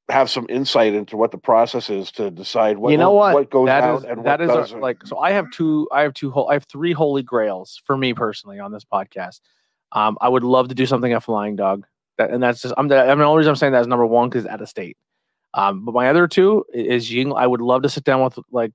E: have some insight into what the process is to decide what
C: You know what?
E: goes
A: That
E: out
A: is
E: and what
A: that is our-
E: doesn't.
A: like so. I have two. I have two. Whole, I have three holy grails for me personally on this podcast. Um, I would love to do something at Flying Dog, that, and that's just I'm. The, I mean, the only reason I'm saying that is number one because out of state. Um, but my other two i- is Ying. I would love to sit down with like.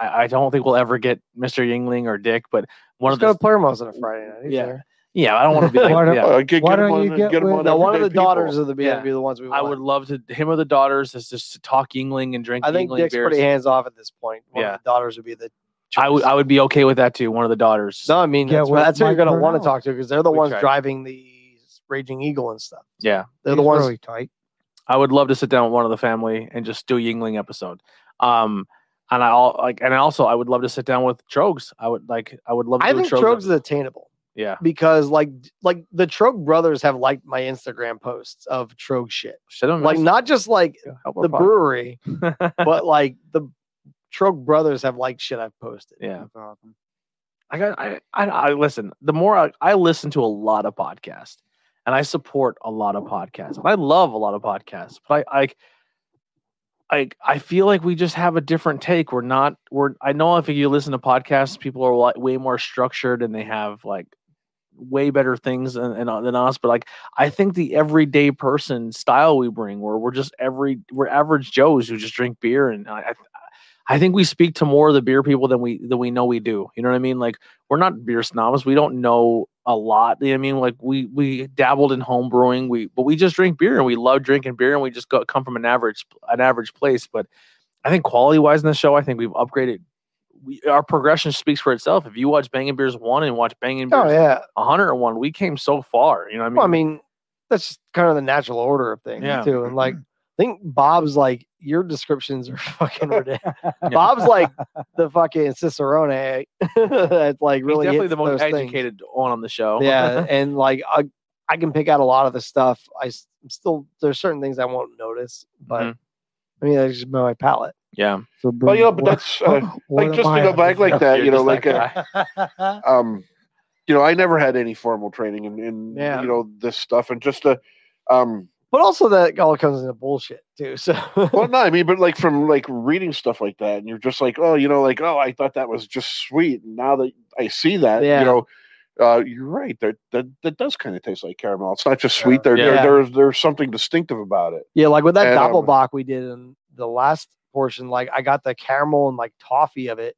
A: I, I don't think we'll ever get Mr. Yingling or Dick, but one
C: Let's
A: of
C: go
A: the
C: to Palermo's on a Friday night. He's
A: Yeah.
C: there.
A: yeah. I don't want to be
D: Why
A: like
D: don't-
A: yeah.
E: Uh, get,
D: Why
E: get 'em
D: don't
E: on
D: you
E: the-
D: get
E: get 'em
D: with-
E: on
C: No, one of the
E: everyday people.
C: daughters of the band
A: Yeah.
C: would be the ones we
A: I
C: want.
A: would love to him or the daughters is just to talk Yingling and drink.
C: I think
A: Yingling
C: Dick's
A: beers.
C: pretty hands off at this point. One
A: Yeah.
C: of the daughters would be the.
A: I would
C: choice.
A: I would be okay with that too. One of the daughters.
C: No, I mean
D: Yeah,
C: that's,
D: with
C: that's who you're
D: Mike
C: going to want
D: Burnell.
C: to talk to because they're the
A: We
C: ones
A: tried.
C: driving the Raging Eagle and stuff.
A: Yeah.
C: They're the
D: He's
C: ones.
D: really tight.
A: I would love to sit down with one of the family and just do a Yingling episode. Um, and I all like, and also I would love to sit down with Trogs. I would like, I would love. To
C: I
A: do a
C: think Trogs is
A: episode.
C: attainable
A: yeah.
C: because like like the Trog brothers have liked my Instagram posts of Trog shit.
A: Shit on
C: Like not just like the brewery, but like the Trog brothers have liked shit I've posted.
A: yeah.
D: That's awesome.
A: I got. I, I. I listen. The more I, I listen to a lot of podcasts, and I support a lot of podcasts, and I love a lot of podcasts, but I. I I, I feel like we just have a different take. We're not we're I know if you listen to podcasts, people are like way more structured and they have like way better things than, than than us. But like I think the everyday person style we bring, where we're just every we're average Joes who just drink beer, and I, I I think we speak to more of the beer people than we than we know we do. You know what I mean? Like we're not beer snobs. We don't know a lot. You know what I mean? Like we we dabbled in home brewing. We but we just drink beer and we love drinking beer and we just go, come from an average an average place. But I think quality wise in the show, I think we've upgraded. We, our progression speaks for itself. If you watch Banging Beers one and watch Banging Beers
C: Oh yeah.
A: 101 we came so far you know what i mean
C: Well, I mean, that's just kind of the natural order of things
A: Yeah. Mm-hmm.
C: too. And like, I think Bob's like your descriptions are fucking ridiculous. Bob's like the fucking Cicerone. That's like
A: He's
C: really
A: definitely
C: hits
A: the most
C: those things.
A: educated one on the show
C: yeah, and like I, I can pick out a lot of the stuff. I s- I'm still there's certain things I won't notice, but
A: Mhm.
C: I mean that's just my palate.
A: yeah
D: So,
E: Well,
D: Boone,
E: you know, Oh, but
D: what-
E: that's uh,
D: what
E: like just
D: am
E: to
D: I
E: go
D: up
E: back like
D: against?
E: that.
A: You're
E: You know,
A: just
E: like
A: that
E: uh, um, you know, I never had any formal training in, in
C: Yeah.
E: you know this stuff, and just to um,
C: But also that all comes into bullshit too. So
E: well, no, I mean, but like from like reading stuff like that, and you're just like, oh, you know, like oh, I thought that was just sweet. And now that I see that,
C: Yeah.
E: you know, uh, you're right. That that that does kind of taste like caramel. It's not just sweet. There,
A: Yeah.
E: there, there's there's something distinctive about it.
C: yeah, like with that
E: And, um,
C: doppelbock we did in the last portion, like I got the caramel and like toffee of it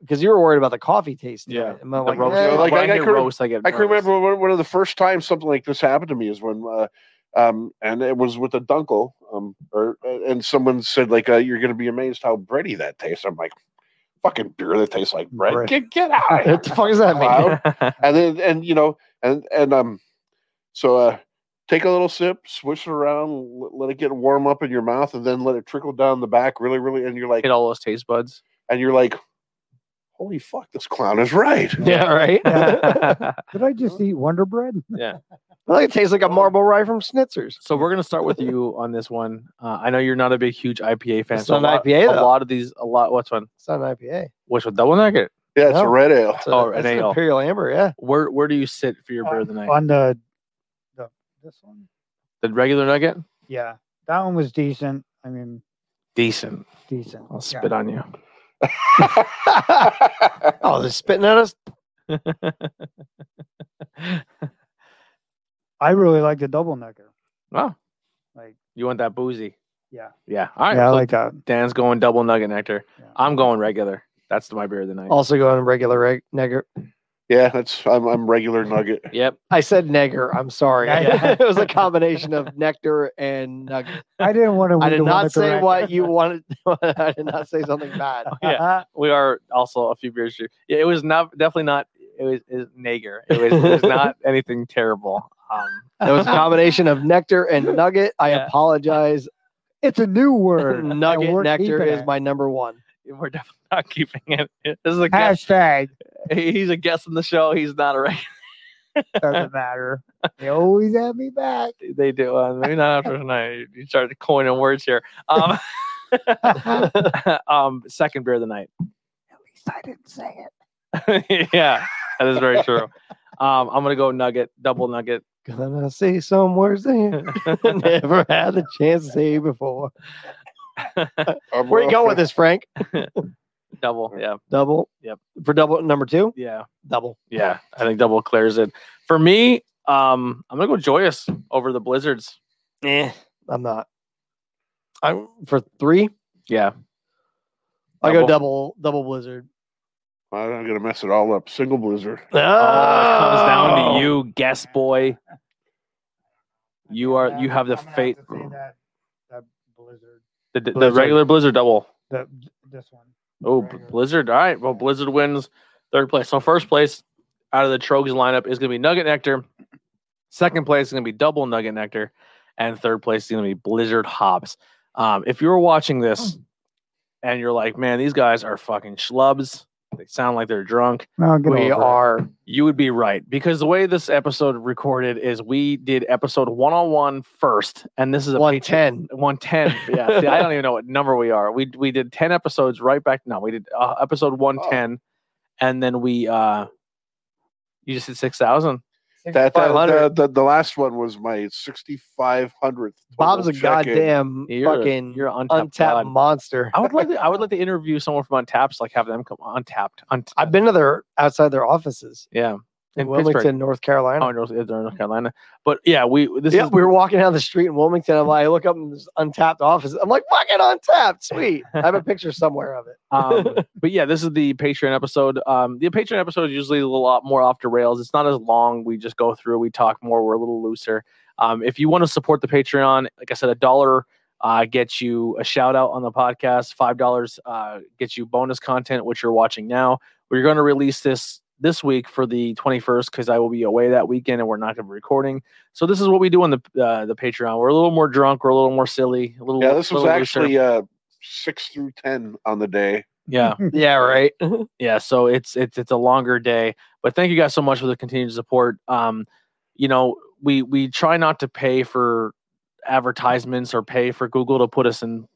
C: because you were worried about the coffee taste. of
A: Yeah,
C: it. and I'm
A: The
C: like,
A: roast.
C: eh,
E: like,
A: when I,
E: I- I
A: hear
E: can-
A: roast i get
E: I can
A: nervous.
E: remember one, one of the first times something like this happened to me is when, uh, um, and it was with a dunkel, um, or and someone said like, uh, "You're going to be amazed how bready that tastes." I'm like, "Fucking beer that tastes like bread?
D: Bread.
E: Get get out!" of here."
C: what the fuck does that mean?
E: Wow. and then and you know and and um so uh take a little sip swish it around l- let it get warm up in your mouth and then let it trickle down the back really really and you're like
A: hit all those taste buds
E: and you're like holy fuck this clown is right
C: Yeah, right.
D: Did I just eat Wonder Bread?
C: like it tastes like a marble rye from Schnitzer's.
A: so we're gonna start with you on this one uh, i know you're not a big huge ipa fan
C: It's not
A: so
C: an
A: a lot,
C: IPA,
A: a
C: though.
A: lot of these a lot what's one
C: It's not an IPA.
A: which one double nugget
E: yeah it's
C: No.
E: a red ale
C: It's a-
A: Oh, an
C: it's
A: ale.
C: Imperial Amber, yeah.
A: where where do you sit for your beer of the
C: Uh,
A: night
D: On the, the this one?
A: the regular nugget
D: Yeah, that one was decent. I mean,
A: decent
D: decent.
A: i'll
D: yeah.
A: spit on you
C: Oh, they're spitting at us.
D: I really like the double necker.
A: Wow.
D: Like-
A: you want that boozy?
D: Yeah.
A: Yeah. All right.
D: yeah, I
A: so
D: like that.
A: Dan's going double nugget nectar.
D: Yeah.
A: I'm going regular. That's my beer of the night.
C: Also going regular reg- nigger.
E: yeah, that's I'm I'm regular nugget.
A: Yep.
C: I said nigger. I'm sorry.
A: Yeah.
C: it was a combination of nectar and nugget.
D: I didn't want to.
C: I did not say what you wanted. I did not say something bad. Uh-huh.
A: Yeah. We are also a few beers. short. Yeah, it was not definitely not it was, it was Nager. It was, it was not anything terrible. Um
C: It was a combination of nectar and nugget. I
A: Yeah.
C: apologize.
D: It's a new word. and
C: nugget
D: we're
C: nectar
D: keeping
C: is
D: it.
C: my number one.
A: we're definitely not keeping it. This is a guest.
D: hashtag.
A: He- He's a guest on the show. He's not a regular.
D: Doesn't matter. They always have me back.
A: They do. Uh, maybe not after tonight. You started coining words here. Um, um, second beer of the night.
D: At least I didn't say it.
A: yeah, that is very true. Um, I'm gonna go nugget, double nugget.
C: Gonna say some words there. Never had the chance to say before.
E: I'm,
C: Where you
E: uh,
C: going with this, Frank?
A: double. Yeah,
C: Double.
A: Yep.
C: For double number two,
A: yeah,
C: double.
A: yeah. I think double clears it. For me, um, I'm gonna go joyous over the blizzards.
C: Eh, I'm not. I'm for three.
A: Yeah,
C: I go
A: Double.
C: double double blizzard.
E: I'm gonna mess it all up. Single blizzard.
A: all Oh, comes down
C: Oh.
A: to you, guest boy. You are you have the fate,
D: that, that blizzard.
A: the, the
C: Blizzard.
A: regular blizzard double.
D: That this one.
A: Oh, b-
D: Regular.
A: blizzard! All right, well, blizzard wins third place. So first place out of the Trogs lineup is gonna be Nugget Nectar. Second place is gonna be Double Nugget Nectar, and third place is gonna be Blizzard Hops. Um, if you were watching this and you're like, man, these guys are fucking schlubs. They sound like they're drunk.
D: No, get
C: We
D: over it.
C: are
A: You would be right because the way this episode recorded is we did episode 101 first, and this is a
C: one
A: Patreon-
C: ten.
A: 110. Yeah. See, I don't even know what number we are. We we did 10 episodes right back. No, we did uh, episode 110 and then we uh you just did 6,000.
E: That, that,
C: 500.
E: that- that- the last one was my 6,500th.
C: Bob's a
E: total check-in.
C: goddamn
A: You're a-
C: fucking
A: You're on
C: untapped monster.
A: I would like to, I would like to interview someone from Untaps like have them come untapped. Unt-
C: I've been to their outside their offices
A: yeah.
C: in
A: In Pittsburgh.
C: Wilmington, North Carolina.
A: Oh, North, uh, North Carolina. But yeah, we this
C: yeah,
A: is
C: we were walking down the street in Wilmington. I'm like, I look up in this untapped office. I'm like, fucking untapped, sweet. I have a picture somewhere of it.
A: um, but yeah, this is the Patreon episode. Um, the Patreon episode is usually a lot more off the rails. It's not as long. We just go through, we talk more, we're a little looser. Um, if you want to support the Patreon, like I said, a dollar uh, gets you a shout out on the podcast. Five dollars uh, gets you bonus content, which you're watching now. We're going to release this this week for the 21st because I will be away that weekend and we're not going to be recording. So this is what we do on the uh, the Patreon. We're a little more drunk, we're a little more silly, a little
E: Yeah, this was
A: little looser.
E: actually uh, 6 through 10 on the day.
A: yeah.
C: Yeah, right.
A: yeah so it's it's it's a longer day but thank you guys so much for the continued support um you know we we try not to pay for advertisements or pay for google to put us in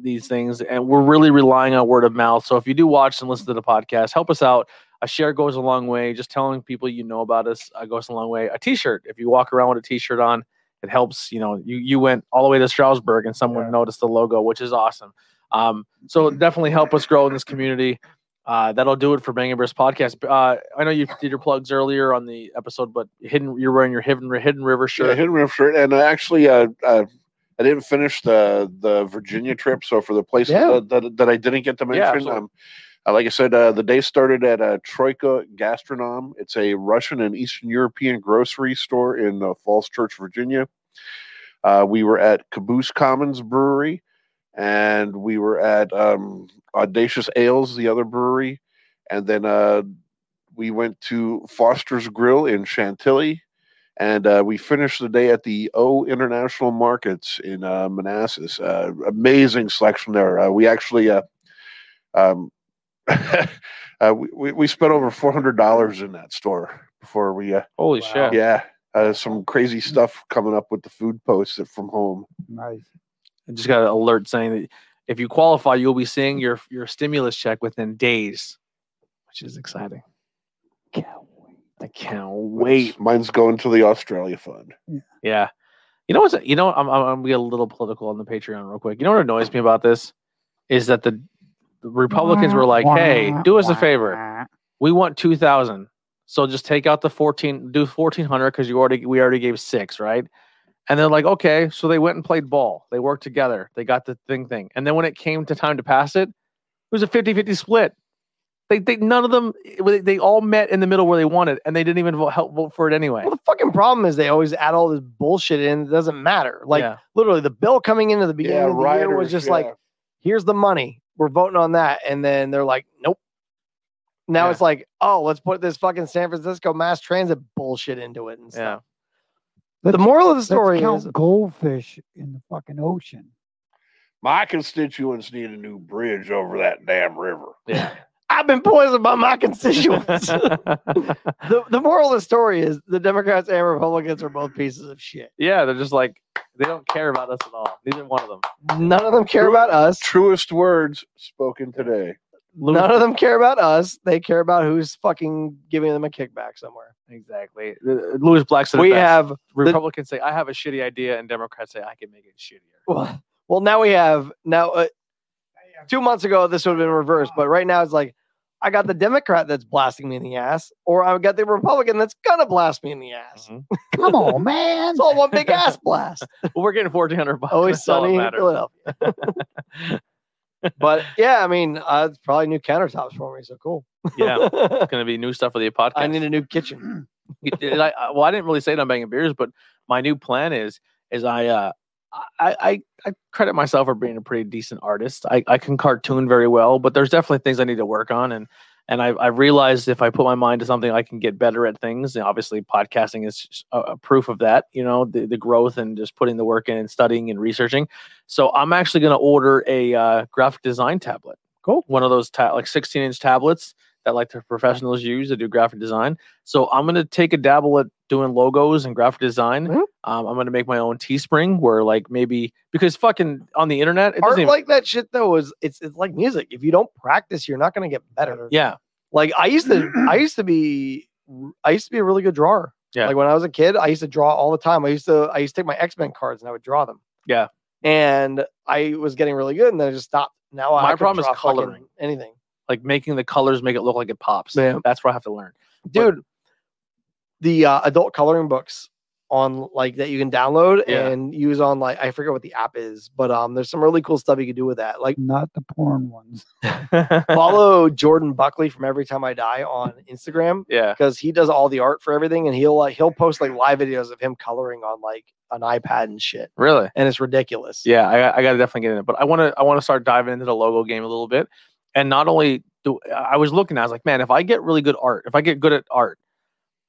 A: these things and we're really relying on word of mouth so if you do watch and listen to the podcast help us out a share goes a long way just telling people you know about us uh, goes a long way a t-shirt if you walk around with a t-shirt on it helps you know you you went all the way to strasbourg and someone
D: Yeah.
A: noticed the logo which is awesome um so definitely help us grow in this community uh, that'll do it for Bang and Burst podcast. Uh, I know you did your plugs earlier on the episode, but hidden, you're wearing your hidden hidden river
E: Yeah,
A: shirt.
E: Hidden River shirt. And uh, actually, uh, uh, I didn't finish the the Virginia trip. So for the places
C: Yeah.
E: that, that, that I didn't get to mention,
A: absolutely.
E: um, uh, like I said, uh, the day started at uh, Troika Gastronom. It's a Russian and Eastern European grocery store in uh, Falls Church, Virginia. Uh, we were at Caboose Commons Brewery, and we were at um, Audacious Ales, the other brewery, and then uh, we went to Foster's Grill in Chantilly, and uh, we finished the day at the O International Markets in uh, Manassas. Uh, amazing selection there. Uh, we actually, uh, um, uh, we- we we spent over four hundred dollars in that store before we. Uh,
A: Holy
D: Wow.
A: shit!
E: yeah, uh, some crazy stuff coming up with the food posts that- from home.
D: Nice.
A: I just got an alert saying that if you qualify, you'll be seeing your your stimulus check within days, which is exciting. I can't wait.
E: mine's going to the Australia Fund.
A: Yeah, you know what's you know I'm I'm, I'm gonna be a little political on the Patreon real quick. You know what annoys me about this is that the the Republicans were like, "Hey, do us a favor. We want two thousand. So just take out the fourteen, do fourteen hundred because you already we already gave six, right?" And they're like, "Okay." So they went and played ball. They worked together. They got the thing thing. And then when it came to time to pass it, it was a 50-50 split. They, they none of them they- they all met in the middle where they wanted, and they didn't even vote, help vote for it anyway.
C: Well, the fucking problem is they always add all this bullshit in. It doesn't matter. Like
A: Yeah.
C: literally, the bill coming into the beginning
E: yeah,
C: of the year was
E: rioters,
C: just
E: yeah.
C: like, "Here's the money. We're voting on that," and then they're like, "Nope." Now
A: Yeah.
C: it's like, "Oh, let's put this fucking San Francisco mass transit bullshit into it and
A: yeah,
C: stuff." The moral of the
D: Let's
C: story
D: count
C: is
D: goldfish in the fucking ocean.
E: my constituents need a new bridge over that damn river.
A: yeah.
C: I've been poisoned by my constituents. the, the moral of the story is the Democrats and Republicans are both pieces of shit.
A: yeah, they're just like they don't care about us at all. Neither one of them.
C: None of them care about us.
E: Truest words spoken today.
C: None of them care about us. They care about who's fucking giving them a kickback somewhere.
A: Exactly. The- uh, Louis Black said it
C: We
A: best.
C: have
A: Republicans say I have a shitty idea, and Democrats say I can make it shittier.
C: well, well now we have now uh, two months ago this would have been reversed, but right now it's like I got the Democrat that's blasting me in the ass, or I've got the Republican that's gonna blast me in the ass.
A: Mhm.
D: Come on, man.
C: It's all one big ass blast.
A: Well, we're getting fourteen hundred bucks.
C: Always
A: that's all that
C: sunny in
A: matters.
C: Philadelphia. but yeah, I mean, uh, it's probably new countertops for me, so cool.
A: yeah, it's gonna be new stuff for the podcast.
C: I need a new kitchen.
A: Did I- I- well, I didn't really say it on banging beers, but my new plan is is I uh I I, I credit myself for being a pretty decent artist. I, I can cartoon very well, but there's definitely things I need to work on and and I've, I've realized if I put my mind to something, I can get better at things. And obviously, podcasting is just a, a proof of that, you know, the, the growth and just putting the work in and studying and researching. So I'm actually going to order a uh, graphic design tablet. Cool. One of those ta- like 16 inch tablets that like the professionals use to do graphic design. So I'm going to take a dabble at doing logos and graphic design.
C: Mhm.
A: Um, I'm going to make my own Teespring where like maybe because fucking on the internet, it
C: Art
A: doesn't even,
C: like that shit though is it's it's like music. If you don't practice, you're not gonna get better.
A: yeah,
C: Like I used to, I used to be, I used to be a really good drawer.
A: Yeah.
C: Like when I was a kid, I used to draw all the time. I used to, I used to take my X Men cards and I would draw them.
A: Yeah.
C: And I was getting really good, and then I just stopped. Now I
A: My
C: could
A: problem is
C: draw fucking
A: coloring.
C: Anything,
A: like making the colors make it look like it pops.
C: Yeah.
A: That's where I have to learn.
C: dude. the uh, adult coloring books on like that you can download
A: Yeah.
C: and use on like I forget what the app is, but um, there's some really cool stuff you can do with that. Like
D: Not the porn ones.
C: follow Jordan Buckley from Every Time I Die on Instagram.
A: yeah.
C: because he does all the art for everything and he'll like he'll post like live videos of him coloring on like an iPad and shit.
A: Really?
C: And it's ridiculous.
A: Yeah, I, I got to definitely get in it. But I want to I want to start diving into the logo game a little bit. And not only do I was looking, I was like, man, if I get really good art, if I get good at art,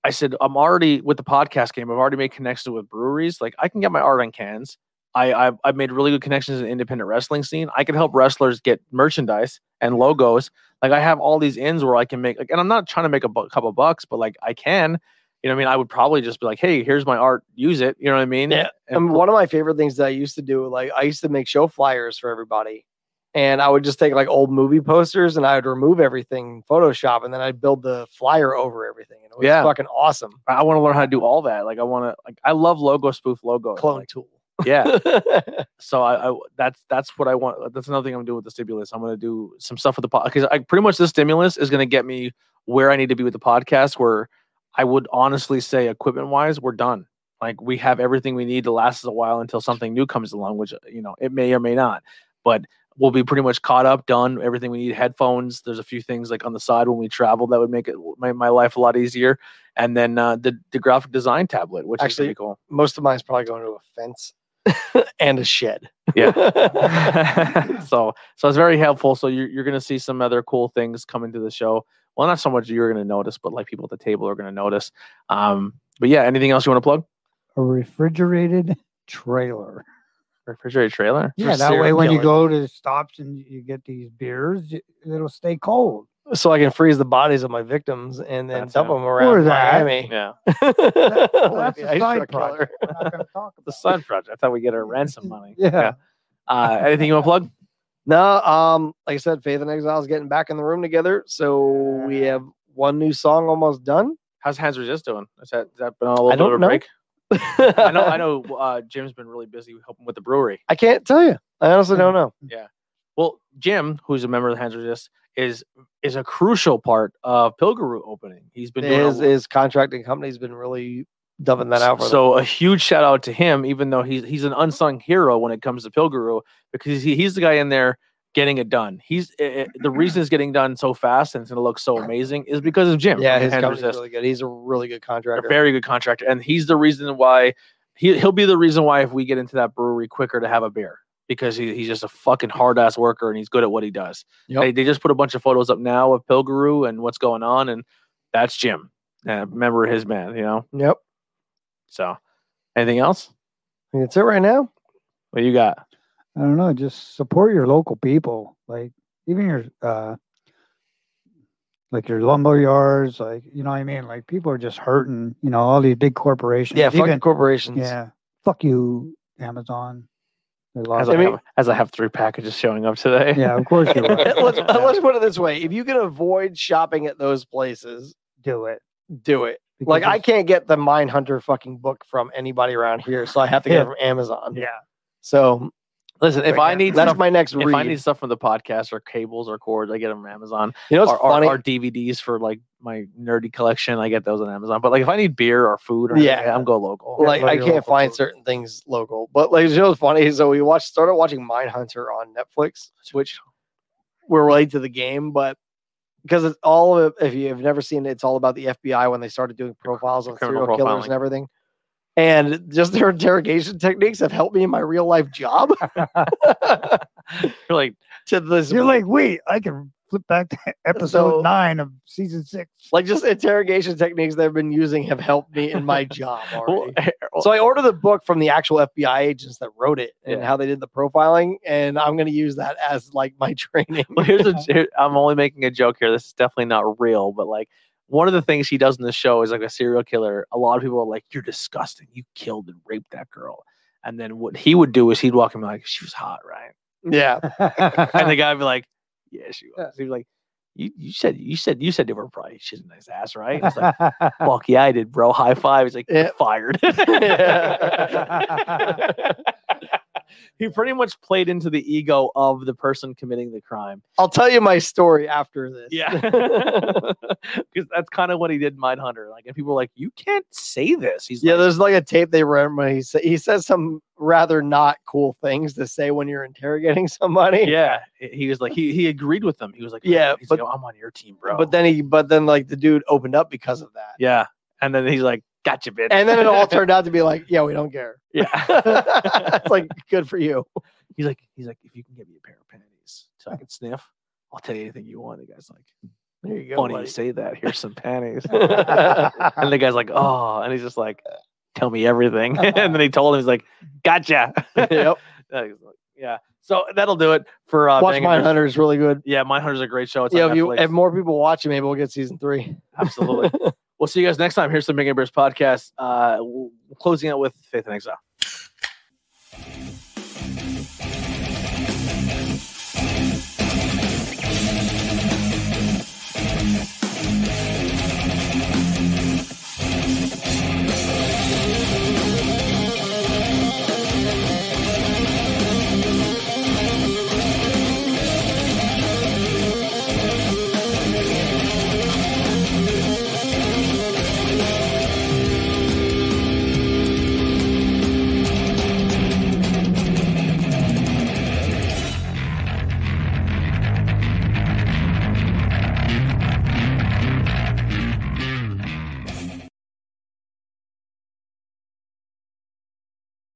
A: I said I'm already with the podcast game. I've already made connections with breweries. Like I can get my art on cans. I I've, I've made really good connections in the independent wrestling scene. I can help wrestlers get merchandise and logos. Like I have all these ends where I can make. Like, and I'm not trying to make a bu- couple bucks, but like I can. You know, what I mean, I would probably just be like, hey, here's my art. Use it. You know what I mean?
C: Yeah.
A: And
C: And one of my favorite things that I used to do, like I used to make show flyers for everybody. And I would just take like old movie posters and I would remove everything Photoshop and then I'd build the flyer over everything. And it was
A: Yeah.
C: fucking awesome.
A: I, want to learn how to do all that. Like I want to like I love logo spoof logo.
C: Clone tool.
A: yeah. So I, I that's that's what I want. That's another thing I'm doing with the stimulus. I'm gonna do some stuff with the podcast because I pretty much this stimulus is gonna get me where I need to be with the podcast. Where I would honestly say equipment wise, we're done. Like we have everything we need to last us a while until something new comes along, which you know it may or may not. But we'll be pretty much caught up, done everything we need. Headphones. There's a few things like on the side when we travel that would make it my, my life a lot easier. And then uh, the the graphic design tablet, which is
C: Actually-
A: pretty cool.
C: Most of mine's probably going to a fence and a shed.
A: so so it's very helpful. So you're you're gonna see some other cool things coming to the show. Well, not so much you're gonna notice, but like people at the table are gonna notice. Um, but yeah, anything else you want to plug?
D: A refrigerated trailer.
A: Refrigerated trailer.
D: Yeah, that way when you go to stops and you get these beers, y- it'll stay cold.
C: so I can freeze the bodies of my victims and then
A: That's
C: dump
A: it.
C: them around
D: Or that.
C: Miami.
A: Yeah,
D: Well,
C: Like
D: that's
C: the
D: a
C: ice
D: side
C: truck killer.
D: project. We're not gonna talk
A: the
D: about it.
A: Sun Project. I thought we get our ransom money.
D: Yeah.
A: Uh, anything you want to plug?
C: No, um, like I said, Faith and Exile is getting back in the room together. So we have one new song almost done.
A: How's Hans Resist doing? Is that, has that been a little
C: I
A: bit of
C: don't
A: a
C: know.
A: break? I know. I know. Uh, Jim's been really busy helping with the brewery.
C: I can't tell you. I honestly don't know.
A: Well, Jim, who's a member of the Hands Resist, is is a crucial part of Pilgrim opening. He's been doing a
C: His his contracting company's been really dumping that out for them.
A: so a huge shout out to him, even though he's he's an unsung hero when it comes to Pilguru because he, he's the guy in there getting it done. He's i i- the reason it's getting done so fast and it's going to look so amazing is because of Jim.
C: Yeah,
A: from
C: his
A: Hand
C: company's
A: Resist.
C: really good. He's a really good
A: a
C: contractor.
A: very good contractor, and he's the reason why he he'll be the reason why if we get into that brewery quicker to have a beer because he, he's just a fucking hard ass worker and he's good at what he does.
C: Yep.
A: They, they just put a bunch of photos up now of Pilguru and what's going on, and that's Jim, a member of his man, you know.
C: yep.
A: So, anything else?
C: That's it right now.
A: What you got?
D: I don't know, just support your local people. Like even your uh like your lumber yards, like you know what I mean? Like people are just hurting, you know, all these big corporations.
C: Yeah, fucking
D: even-
C: corporations.
D: yeah. Fuck you, Amazon. They
A: As
D: lost-
A: I,
C: mean-
A: have, as I have three packages showing up today.
D: yeah, of course you would.
C: let's, let's put it this way: if you can avoid shopping at those places,
D: do it.
C: do it. Like I can't get the Mindhunter fucking book from anybody around here, so I have to get
D: Yeah.
C: it from Amazon.
D: Yeah.
C: So
A: Listen, if I need
C: that's
A: stuff,
C: my next read.
A: if I need stuff from the podcast or cables or cords, I get them from Amazon.
C: you know what's
A: Or, or,
C: funny?
A: or DVDs for like my nerdy collection, I get those on Amazon. But like if I need beer or food, or anything,
C: Yeah.
A: I'm go local.
C: like
D: Yeah,
C: I
D: your
C: can't
D: local
C: find
D: food.
C: certain things local, but like you know what's funny? So we watched started watching Mindhunter on Netflix, which we're related to the game, but because it's all of if you've never seen it, it's all about the FBI when they started doing profiles on
A: criminal
C: serial killers
A: profiling.
C: and everything. And just their interrogation techniques have helped me in my real life job
A: You're like
C: to this
D: You're like, wait, I can flip back to episode
C: So-
D: nine of season six.
C: like just interrogation techniques they've been using have helped me in my job
A: well,
C: already. So I ordered the book from the actual FBI agents that wrote it and
A: Yeah.
C: how they did the profiling, and I'm gonna use that as like my training.
A: well, here's a. Here, I'm only making a joke here. This is definitely not real, but like one of the things he does in the show is like a serial killer. A lot of people are like, "You're disgusting. You killed and raped that girl." And then what he would do is he'd walk in and be like, "She was hot, right?"
C: yeah,
A: and the guy would be like, "Yeah, she was." He was like, "You you said you said you said they were probably she had a nice ass, right?" And it's like, "Fuck yeah, I did, bro. High five. He's like, "You're
C: Yeah.
A: "Fired." he pretty much played into the ego of the person committing the crime.
C: I'll tell you my story after this.
A: Yeah, because that's kind of what he did, in Mindhunter. Like, and people were like, "You can't say this." He's
C: Yeah,
A: like,
C: there's like a tape they ran when he sa- he says some rather not cool things to say when you're interrogating somebody.
A: yeah. He was like, he he agreed with them. He was like,
C: Yeah,
A: he's
C: but-
A: like, "Oh, I'm on your team, bro."
C: But then he but then like the dude opened up because of that.
A: yeah, and then he's like, "Gotcha, bitch."
C: And then it all turned out to be like, yeah, we don't care.
A: yeah.
C: it's like good for you.
A: He's like, he's like, if you can give me a pair of panties so I can sniff, I'll tell you anything you want. The guy's like,
C: There you go.
A: funny
C: buddy.
A: you say that. Here's some panties. and the guy's like, oh, and he's just like, tell me everything. and then he told him, he's like, gotcha.
C: yep.
A: Uh, he's like, yeah. So that'll do it for uh,
C: Watch
A: Bang and
C: Mine
A: Bang.
C: Hunter is really good.
A: Yeah, Mindhunter's a great show. It's
C: Yeah,
A: on
C: if, you,
A: Netflix.
C: if more people watch it, maybe we'll get season three.
A: Absolutely. we'll see you guys next time. Here's the Big and Bears podcast. Uh, w- closing out with Faith and Exile.